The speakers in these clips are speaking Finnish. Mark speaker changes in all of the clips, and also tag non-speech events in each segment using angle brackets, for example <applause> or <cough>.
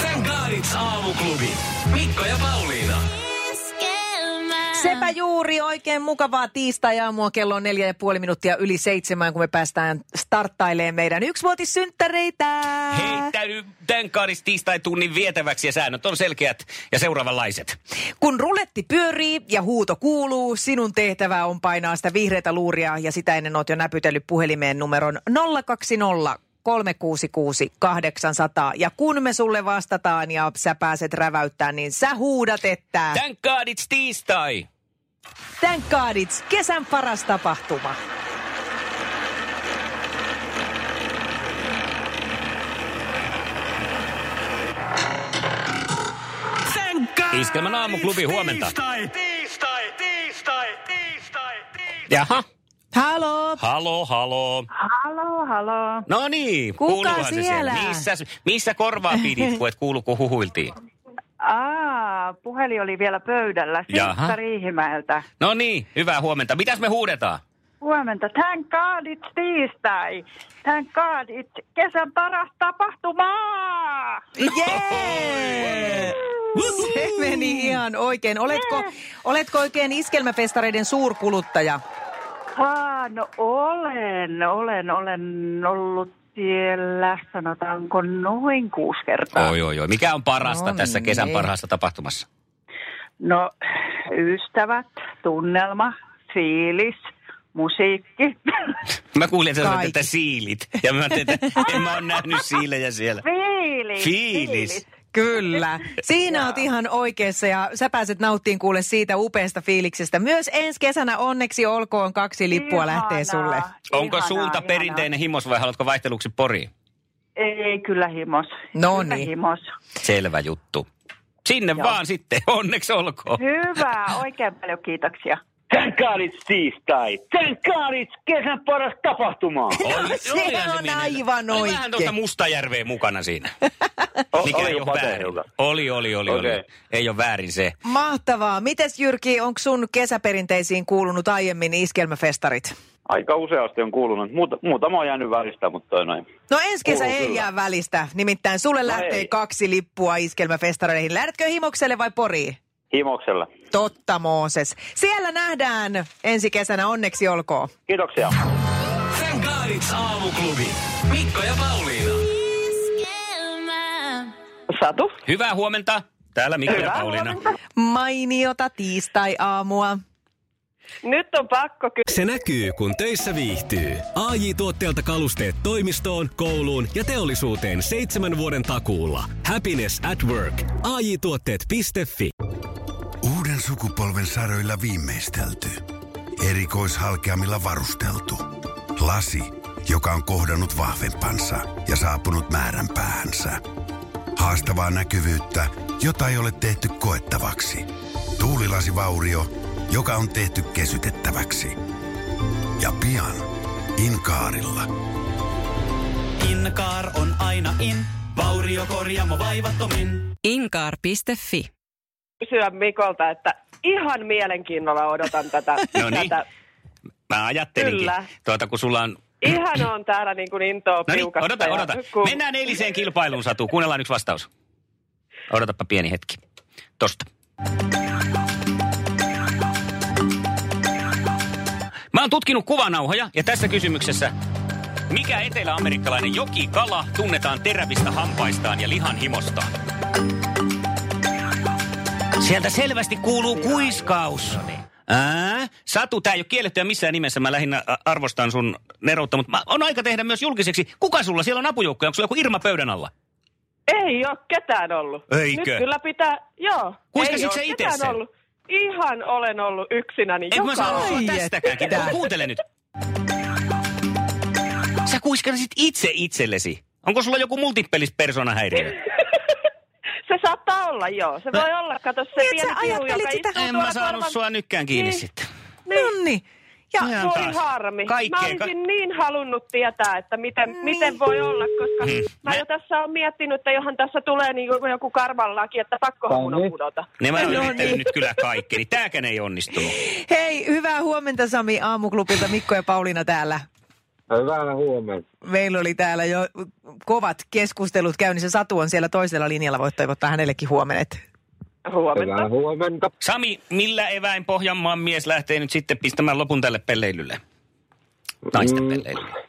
Speaker 1: Thank God it's aamuklubi. Mikko ja Pauliina.
Speaker 2: Sepä juuri oikein mukavaa tiistai-aamua. Kello on neljä ja puoli minuuttia yli seitsemään, kun me päästään starttailemaan meidän yksivuotissynttäreitä.
Speaker 3: Heittäydy tänkaaris tiistai-tunnin vietäväksi ja säännöt on selkeät ja seuraavanlaiset.
Speaker 2: Kun ruletti pyörii ja huuto kuuluu, sinun tehtävä on painaa sitä vihreätä luuria ja sitä ennen oot jo näpytellyt puhelimeen numeron 020 366 800. Ja kun me sulle vastataan ja sä pääset räväyttämään, niin sä huudat, että...
Speaker 3: Thank God it's tiistai!
Speaker 2: Thank God it's kesän paras tapahtuma.
Speaker 3: Iskelmän aamuklubi, huomenta.
Speaker 4: Tiistai, tiistai, tiistai, tiistai, tiistai.
Speaker 3: Jaha.
Speaker 2: Halo,
Speaker 3: Halo, halo.
Speaker 5: Halo, halo.
Speaker 3: No niin,
Speaker 2: Kuka
Speaker 3: kuuluuhan se siellä.
Speaker 2: siellä?
Speaker 3: Missä, missä korvaa pidit, kun et kuulu, kun huhuiltiin?
Speaker 5: Aa, puhelin oli vielä pöydällä.
Speaker 3: Jaha.
Speaker 5: Sirkka Riihimäeltä.
Speaker 3: No niin, hyvää huomenta. Mitäs me huudetaan?
Speaker 5: Huomenta. Thank God it's tiistai. Thank God it's kesän paras tapahtuma.
Speaker 2: Jee! Se meni ihan oikein. Oletko, oletko oikein iskelmäfestareiden suurkuluttaja?
Speaker 5: Aa, no olen, olen, olen ollut siellä, sanotaanko noin kuusi kertaa.
Speaker 3: Oi, oi, oi. Mikä on parasta
Speaker 2: No
Speaker 3: tässä kesän
Speaker 2: niin.
Speaker 3: parhaassa tapahtumassa?
Speaker 5: No, ystävät, tunnelma, fiilis, musiikki. <laughs>
Speaker 3: Mä kuulin, että sä sanoit,
Speaker 2: Kaikki.
Speaker 3: että siilit. Ja mä ajattelin, että en mä oon nähnyt siilejä siellä.
Speaker 5: Fiilis.
Speaker 3: Fiilis.
Speaker 2: Kyllä. Siinä oot ihan oikeassa ja sä pääset nauttiin kuule siitä upeasta fiiliksestä. Myös ensi kesänä onneksi olkoon kaksi lippua lähtee
Speaker 5: Ihanaa,
Speaker 2: sulle.
Speaker 3: Onko
Speaker 5: ihanaa,
Speaker 3: suunta
Speaker 5: ihanaa.
Speaker 3: perinteinen himos vai haluatko vaihteluksi poriin?
Speaker 5: Ei, kyllä himos.
Speaker 2: No
Speaker 5: Kyllä
Speaker 2: niin.
Speaker 5: himos.
Speaker 3: Selvä juttu. Sinne Joo.
Speaker 5: Joo.
Speaker 3: vaan sitten, <laughs> onneksi olkoon.
Speaker 2: <laughs>
Speaker 5: Hyvä, oikein paljon kiitoksia.
Speaker 6: Thank God it's tiistai. Thank God it's kesän paras tapahtuma.
Speaker 3: Oli-
Speaker 2: se
Speaker 3: olihan
Speaker 2: on
Speaker 3: mielellä.
Speaker 2: aivan
Speaker 3: Oli niin, No, Vähän
Speaker 2: oikein.
Speaker 3: tuosta Mustajärveä mukana siinä.
Speaker 6: O-
Speaker 3: Mikä ei
Speaker 6: jo
Speaker 3: ole väärin.
Speaker 6: pateilla.
Speaker 3: Oli, oli, oli, oli.
Speaker 6: Okei.
Speaker 3: Ei ole väärin se.
Speaker 2: Mahtavaa. Mites Jyrki, onko sun kesäperinteisiin kuulunut aiemmin iskelmäfestarit?
Speaker 6: <laughs> Aika useasti on kuulunut. Muuta, muutama on jäänyt välistä, mutta toi noin.
Speaker 2: No ensi kesä
Speaker 6: Kuuluu
Speaker 2: ei
Speaker 6: kyllä. No
Speaker 2: jää välistä. Nimittäin sulle lähtee
Speaker 6: ei.
Speaker 2: kaksi lippua iskelmäfestareihin. Lähdetkö himokselle vai poriin?
Speaker 6: Himoksella.
Speaker 2: Totta Mooses. Siellä nähdään ensi kesänä, onneksi olkoon.
Speaker 6: Kiitoksia.
Speaker 1: Thank God it's aamuklubi. Mikko ja Pauliina.
Speaker 5: Satu?
Speaker 3: Hyvää huomenta. Täällä Mikko ja
Speaker 5: Hyvää
Speaker 3: Pauliina.
Speaker 2: Mainiota tiistai-aamua.
Speaker 5: Nyt on pakko kyllä.
Speaker 1: Se näkyy, kun töissä viihtyy. AJ Tuotteelta kalusteet toimistoon, kouluun ja teollisuuteen seitsemän vuoden takuulla. Happiness at work. AJ Tuotteet.fi
Speaker 7: Uuden sukupolven sarjoilla viimeistelty. Erikoishalkeamilla varusteltu. Lasi, joka on kohdannut vahvempansa ja saapunut määränpäähänsä. Haastavaa näkyvyyttä, jota ei ole tehty koettavaksi. Tuulilasivaurio, joka on tehty kesytettäväksi. Ja pian Inkaarilla.
Speaker 8: Inkaar on aina in, vauriokorjaamo vaivattomin.
Speaker 9: Inkaar.fi.
Speaker 10: kysyä Mikolta, että ihan mielenkiinnolla odotan tätä.
Speaker 3: <laughs> No niin.
Speaker 10: tätä.
Speaker 3: Mä ajattelinkin.
Speaker 10: Kyllä.
Speaker 3: Tuota, kun sulla on...
Speaker 10: Ihan on täällä niin kuin intoa
Speaker 3: No niin,
Speaker 10: piukassa.
Speaker 3: odota,
Speaker 10: ja
Speaker 3: odota.
Speaker 10: kun-
Speaker 3: Mennään eiliseen kilpailuun, Satu. Kuunnellaan yksi vastaus. Odotapa pieni hetki. Tosta. Mä oon tutkinut kuvanauhoja ja tässä kysymyksessä mikä eteläamerikkalainen jokikala tunnetaan terävistä hampaistaan ja lihan himostaan? Sieltä selvästi kuuluu kuiskaus.
Speaker 10: niin.
Speaker 3: Ää? Satu, tämä ei ole kiellettyä missään nimessä. Mä lähinnä ä, arvostan sun neroutta, mutta mä- on aika tehdä myös julkiseksi. Kuka sulla siellä on apujoukkoja? Onko sulla joku Irma pöydän alla?
Speaker 10: Ei ole ketään ollut.
Speaker 3: Eikö?
Speaker 10: Nyt kyllä pitää, joo.
Speaker 3: Kuiskasit
Speaker 10: Ei oo
Speaker 3: sä itse
Speaker 10: ketään
Speaker 3: sen?
Speaker 10: Ollut. Ihan olen ollut yksinäni
Speaker 3: Ei kun mä
Speaker 10: joka
Speaker 3: saanut
Speaker 10: aamu.
Speaker 3: sua
Speaker 2: Ai
Speaker 3: tästäkäänkin.
Speaker 2: että.
Speaker 3: Ku- Kuuntele nyt. Sä kuiskasit itse itsellesi. Onko sulla joku multipelis persoonahäiriö?
Speaker 10: Se
Speaker 5: Saattaa olla, joo. Se voi olla, kato se
Speaker 2: Niin, et
Speaker 5: pieni
Speaker 2: sä
Speaker 5: kiu,
Speaker 2: ajattelit
Speaker 5: joka
Speaker 2: sitä-
Speaker 5: istuu
Speaker 3: En
Speaker 5: tuolla
Speaker 3: mä saanut
Speaker 5: korvan-
Speaker 3: sua nykkään kiinni
Speaker 2: Niin.
Speaker 3: sitten.
Speaker 2: Nonni. Ja
Speaker 3: Ihan
Speaker 5: Voi
Speaker 3: taas.
Speaker 5: harmi.
Speaker 3: Kaikkeen
Speaker 5: mä olisin niin halunnut tietää, että miten,
Speaker 2: Niin.
Speaker 5: miten voi olla, koska
Speaker 3: Mm.
Speaker 5: mä jo tässä olen miettinyt, että johan tässä tulee niin joku, joku karvan laki, että pakkohan mun on pudota.
Speaker 3: Ne mä oon
Speaker 2: No
Speaker 3: yrittänyt
Speaker 2: niin.
Speaker 3: nyt kyllä kaikkeni. Tääkään ei onnistunut.
Speaker 2: hei, hyvää huomenta Sami Aamuklubilta. Mikko ja Pauliina täällä.
Speaker 9: Hyvää huomenta.
Speaker 2: Meillä oli täällä jo kovat keskustelut käynnissä. Satu on siellä toisella linjalla. Voit toivottaa hänellekin huomenet.
Speaker 9: Hyvää
Speaker 5: Huomenta.
Speaker 9: huomenta.
Speaker 3: Sami, millä eväin Pohjanmaan mies lähtee nyt sitten pistämään lopun tälle pelleilylle? Naisten
Speaker 9: Mm.
Speaker 3: pelleilylle.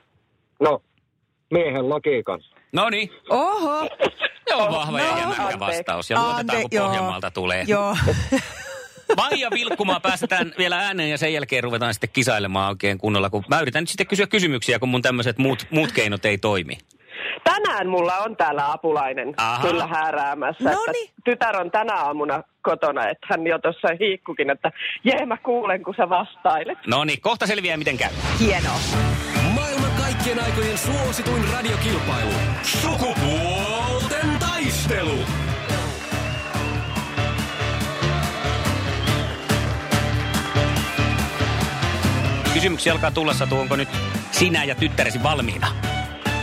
Speaker 9: No, miehen logiikan.
Speaker 3: No niin,
Speaker 2: Oho.
Speaker 3: joo vahva ja
Speaker 5: no,
Speaker 3: jämäkkä
Speaker 5: anteeksi.
Speaker 3: vastaus. Ja luotetaan, kun
Speaker 2: joo.
Speaker 3: Pohjanmaalta tulee.
Speaker 2: Joo.
Speaker 3: Maija Vilkkumaa päästetään vielä ääneen ja sen jälkeen ruvetaan sitten kisailemaan oikein kunnolla. Kun mä yritän nyt sitten kysyä kysymyksiä, kun mun tämmöiset muut, muut keinot ei toimi.
Speaker 10: Tänään mulla on täällä apulainen
Speaker 3: Aha.
Speaker 10: Aha. kyllä hääräämässä.
Speaker 2: Noni.
Speaker 10: Että tytär on tänä aamuna kotona, että hän jo tuossa hiikkukin, että jee mä kuulen, kun sä vastailet.
Speaker 3: No niin, kohta selviää miten käy.
Speaker 2: Hienoa.
Speaker 1: Maailman kaikkien aikojen suosituin radiokilpailu. Sukupuolten taistelu.
Speaker 3: Kysymyksiä alkaa tulla, Satu, onko nyt sinä ja tyttäresi valmiina?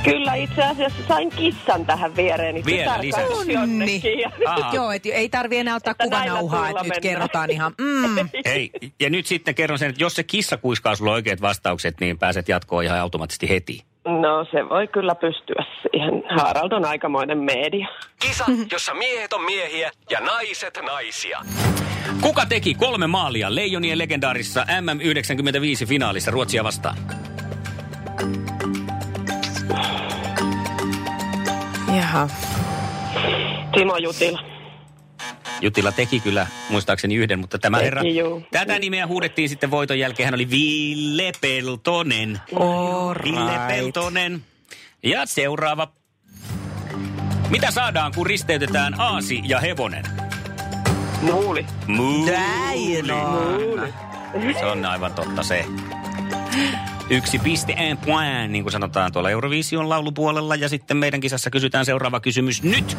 Speaker 10: Kyllä itse asiassa sain kissan tähän viereen. niin
Speaker 3: Vielä
Speaker 10: tytär
Speaker 3: lisää.
Speaker 10: katsoi jonnekin ja-
Speaker 3: Aa,
Speaker 2: Joo, et ei tarvi enää ottaa
Speaker 10: Että
Speaker 2: kuvanauhaa,
Speaker 10: näillä
Speaker 2: että nyt
Speaker 10: tulla mennään.
Speaker 2: kerrotaan ihan.
Speaker 3: <laughs>
Speaker 2: Mm.
Speaker 3: Hei, ja nyt sitten kerron sen, että jos se kissa kuiskaa sulla oikeat vastaukset, niin pääset jatkoon ihan automaattisesti heti.
Speaker 10: No se voi kyllä pystyä siihen. Harald on aikamoinen media.
Speaker 1: Kisa, jossa miehet on miehiä ja naiset naisia.
Speaker 3: Kuka teki kolme maalia Leijonien legendaarissa MM95-finaalissa Ruotsia vastaan?
Speaker 2: Jaha.
Speaker 10: Timo Jutila.
Speaker 3: Jutila teki kyllä muistaakseni yhden, mutta tämä
Speaker 10: Teki,
Speaker 3: herra...
Speaker 10: juu.
Speaker 3: Tätä nimeä huudettiin sitten voiton jälkeen. Hän oli Ville Peltonen.
Speaker 2: All
Speaker 3: Ville
Speaker 2: right.
Speaker 3: Peltonen. Ja seuraava. Mitä saadaan, kun risteytetään aasi ja hevonen?
Speaker 10: Muuli.
Speaker 3: Muuli.
Speaker 2: Näin
Speaker 10: Muuli.
Speaker 3: Se on aivan totta se. Yksi piste en point, niin kuin sanotaan tuolla Eurovision laulupuolella. Ja sitten meidän kisassa kysytään seuraava kysymys nyt.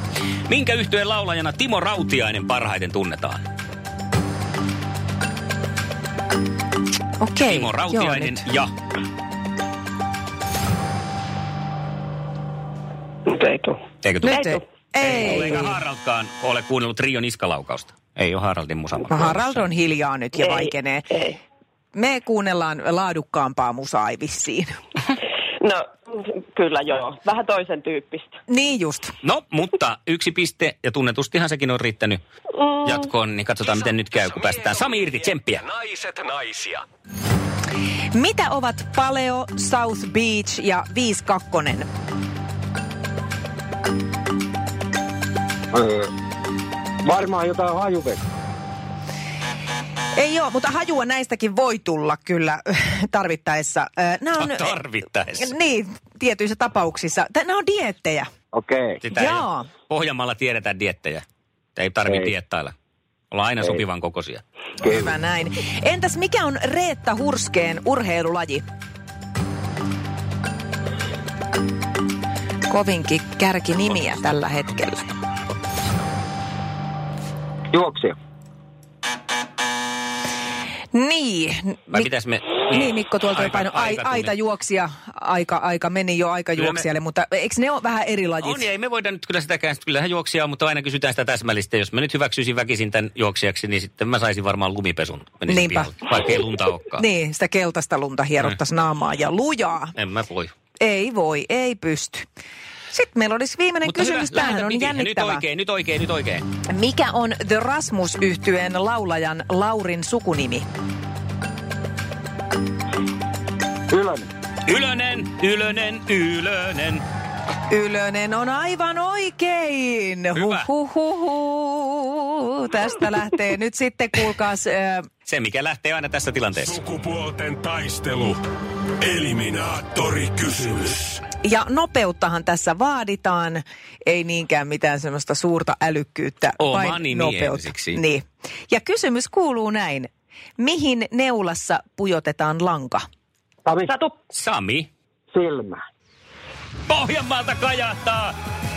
Speaker 3: Minkä yhtyeen laulajana Timo Rautiainen parhaiten tunnetaan?
Speaker 2: Okei.
Speaker 3: Timo
Speaker 2: Joo,
Speaker 3: Rautiainen
Speaker 2: nyt.
Speaker 3: ja...
Speaker 10: Nyt ei tuu.
Speaker 3: Eikö tule?
Speaker 2: Nyt ei.
Speaker 3: Ei.
Speaker 2: Ei.
Speaker 3: Eikä Haraldkaan ole kuunnellut Rion iskalaukausta. Ei ole Haraldin musa.
Speaker 2: No, Harald on hiljaa nyt ja
Speaker 10: Ei,
Speaker 2: vaikenee.
Speaker 10: Ei.
Speaker 2: Me kuunnellaan laadukkaampaa musaa vissiin.
Speaker 10: No kyllä joo. Vähän toisen tyyppistä.
Speaker 2: Niin just.
Speaker 3: No, mutta yksi piste, ja tunnetustihan sekin on riittänyt jatkoon, niin katsotaan miten nyt käy, kun päästetään Sami irti, tsemppiä.
Speaker 1: Naiset naisia.
Speaker 2: Mitä ovat Paleo, South Beach ja 52?
Speaker 9: Öö, varmaan jotain hajuvettä.
Speaker 2: Ei joo, mutta hajua näistäkin voi tulla kyllä <laughs> tarvittaessa. Ö, Nää on,
Speaker 3: Tarvittaessa.
Speaker 2: Niin, tietyissä tapauksissa. Tää- Nämä on diettejä.
Speaker 9: Okei. Okay.
Speaker 3: Sitä ei
Speaker 2: Joo.
Speaker 3: ole. Pohjanmaalla tiedetään diettejä. Ei tarvitse
Speaker 9: Ei.
Speaker 3: diettailla. Ollaan aina sopivan kokoisia.
Speaker 2: Hyvä näin. Entäs mikä on Reetta Hurskeen urheilulaji? Kovinkin kärkinimiä tällä hetkellä.
Speaker 9: Juoksija.
Speaker 2: Niin.
Speaker 3: Vai mitäs me...
Speaker 2: Niin, Mikko tuolta jo
Speaker 3: Aika-
Speaker 2: paino. Ai,
Speaker 3: aika tuli.
Speaker 2: aita juoksia, aika, aika meni jo aika
Speaker 3: Kyllä me-
Speaker 2: juoksijalle, mutta eikö ne ole vähän eri lajit?
Speaker 3: On, ei me voida nyt kyllä sitäkään, kyllähän juoksia on, mutta aina kysytään sitä täsmällistä. Jos mä nyt hyväksyisin väkisin tämän juoksijaksi, niin sitten mä saisin varmaan lumipesun. Menisin
Speaker 2: Niinpä.
Speaker 3: pihalle, Vaikka ei lunta olekaan.
Speaker 2: Niin, sitä keltaista lunta
Speaker 3: Mm.
Speaker 2: hierottaisi naamaa ja lujaa.
Speaker 3: En mä voi.
Speaker 2: Ei voi, ei pysty. Sitten meillä olisi viimeinen kysymys. Tämähän
Speaker 3: lähetä
Speaker 2: on
Speaker 3: piti. Ja Nyt
Speaker 2: jännittävä.
Speaker 3: oikein, nyt oikein, nyt oikein.
Speaker 2: Mikä on The rasmus yhtyeen laulajan Laurin sukunimi?
Speaker 9: Ylönen.
Speaker 3: Ylönen, ylönen, ylönen.
Speaker 2: Ylönen on aivan oikein.
Speaker 3: Hyvä.
Speaker 2: Huhuhuhu. Tästä lähtee nyt sitten, kuulkaas, äh,
Speaker 3: Se, mikä lähtee aina tässä tilanteessa.
Speaker 1: Sukupuolten taistelu. Eliminaattori kysymys.
Speaker 2: Ja nopeuttahan tässä vaaditaan, ei niinkään mitään semmoista suurta älykkyyttä,
Speaker 3: Oma
Speaker 2: vain
Speaker 3: nimi
Speaker 2: nopeutta.
Speaker 3: ensiksi.
Speaker 2: Niin. Ja kysymys kuuluu näin. Mihin neulassa pujotetaan lanka?
Speaker 9: Sami,
Speaker 10: Satu.
Speaker 3: Sami,
Speaker 9: silmä.
Speaker 3: Pohjanmaalta kajahtaa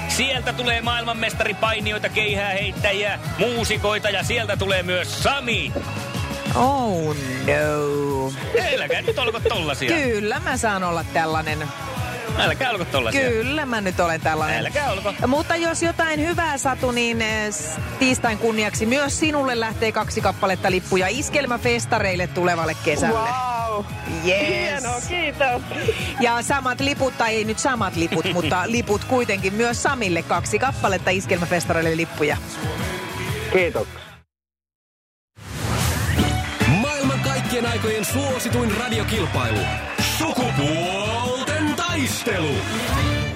Speaker 3: Sieltä tulee maailmanmestaripainijoita, keihää heittäjiä, muusikoita ja sieltä tulee myös Sami.
Speaker 2: Oh no.
Speaker 3: Älkää nyt olko tollasia.
Speaker 2: Kyllä mä saan olla tällainen.
Speaker 3: Älkää olko tollasia.
Speaker 2: Kyllä mä nyt olen tällainen.
Speaker 3: Älkää olko.
Speaker 2: Mutta jos jotain hyvää satu, niin eh, s- tiistain kunniaksi myös sinulle lähtee kaksi kappaletta lippuja iskelmäfestareille tulevalle kesälle.
Speaker 11: Wow.
Speaker 2: Yes.
Speaker 11: Hienoa, kiitos.
Speaker 2: Ja samat liput, tai ei nyt samat liput, <laughs> mutta liput kuitenkin myös Samille kaksi kappaletta iskelmäfestareille lippuja.
Speaker 10: Kiitos.
Speaker 1: Maailman kaikkien aikojen suosituin radiokilpailu. Sukupuolten taistelu.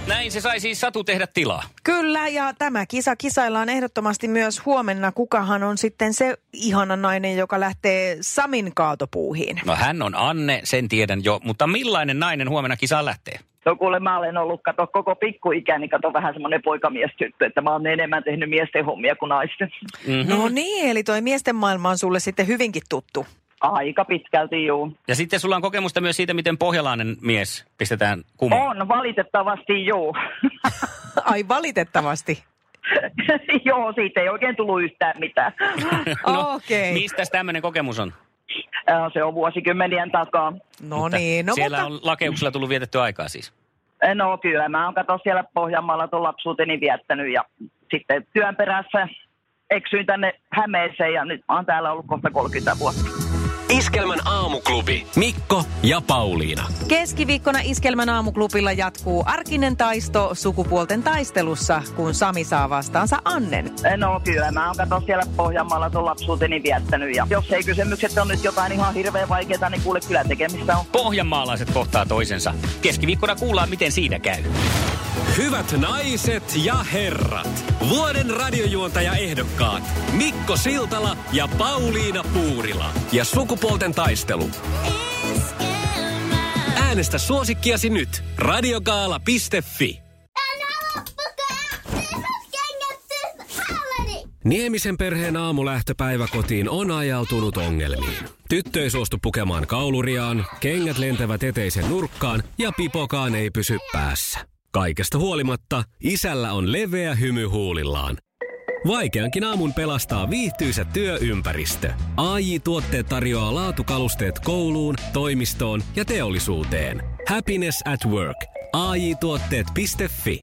Speaker 3: Näin se sai siis Satu tehdä tilaa.
Speaker 2: Kyllä, ja tämä kisa kisaillaan ehdottomasti myös huomenna. Kukahan on sitten se ihana nainen, joka lähtee Samin kaatopuuhiin?
Speaker 3: No hän on Anne, sen tiedän jo, mutta millainen nainen huomenna kisaan lähtee?
Speaker 5: No kuule, mä olen ollut, kato, koko pikkuikäni, kato vähän semmoinen poikamiestyttö, että mä oon enemmän tehnyt miesten hommia kuin naisten.
Speaker 3: Mm-hmm.
Speaker 2: No niin, eli toi miesten maailma on sulle sitten hyvinkin tuttu.
Speaker 5: Aika pitkälti, juu.
Speaker 3: Ja sitten sulla on kokemusta myös siitä, miten pohjalainen mies pistetään kumoon.
Speaker 5: On, valitettavasti juu.
Speaker 2: <laughs> Ai
Speaker 3: <laughs>
Speaker 2: valitettavasti.
Speaker 5: <laughs> joo, siitä ei oikein tullut yhtään
Speaker 2: <laughs>
Speaker 5: mitään.
Speaker 3: No,
Speaker 2: Okei.
Speaker 3: Mistä tämmöinen kokemus on?
Speaker 5: Äh, Se on vuosikymmenien takaa.
Speaker 2: No
Speaker 3: Mutta
Speaker 2: niin, no
Speaker 3: Siellä
Speaker 2: mutta...
Speaker 3: on lakeuksella tullut vietetty aikaa siis.
Speaker 5: No kyllä, mä oon kato siellä Pohjanmaalla tuon lapsuuteni viettänyt ja sitten työn perässä eksyin tänne Hämeeseen ja nyt mä oon täällä ollut kohta 30 vuotta.
Speaker 1: Iskelmän aamuklubi. Mikko ja Pauliina.
Speaker 2: Keskiviikkona Iskelmän aamuklubilla jatkuu arkinen taisto sukupuolten taistelussa, kun Sami saa vastaansa Annen.
Speaker 5: No kyllä, mä oon kato siellä Pohjanmaalla tuon lapsuuteni viettänyt ja jos ei kysymykset on nyt jotain ihan hirveän vaikeaa, niin kuule kyllä tekemistä on.
Speaker 3: Pohjanmaalaiset kohtaa toisensa. Keskiviikkona kuullaan, miten siinä käy.
Speaker 1: Hyvät naiset ja herrat, vuoden radiojuontaja ehdokkaat Mikko Siltala ja Pauliina Puurila ja sukupuolten taistelu. Äänestä suosikkiasi nyt radiogaala.fi. Niemisen perheen aamulähtöpäivä kotiin on ajautunut ongelmiin. Tyttö ei suostu pukemaan kauluriaan, kengät lentävät eteisen nurkkaan ja pipokaan ei pysy päässä. Kaikesta huolimatta, isällä on leveä hymy huulillaan. Vaikeankin aamun pelastaa viihtyisä työympäristö. AI Tuotteet tarjoaa laatukalusteet kouluun, toimistoon ja teollisuuteen. Happiness at work. AJ-tuotteet.fi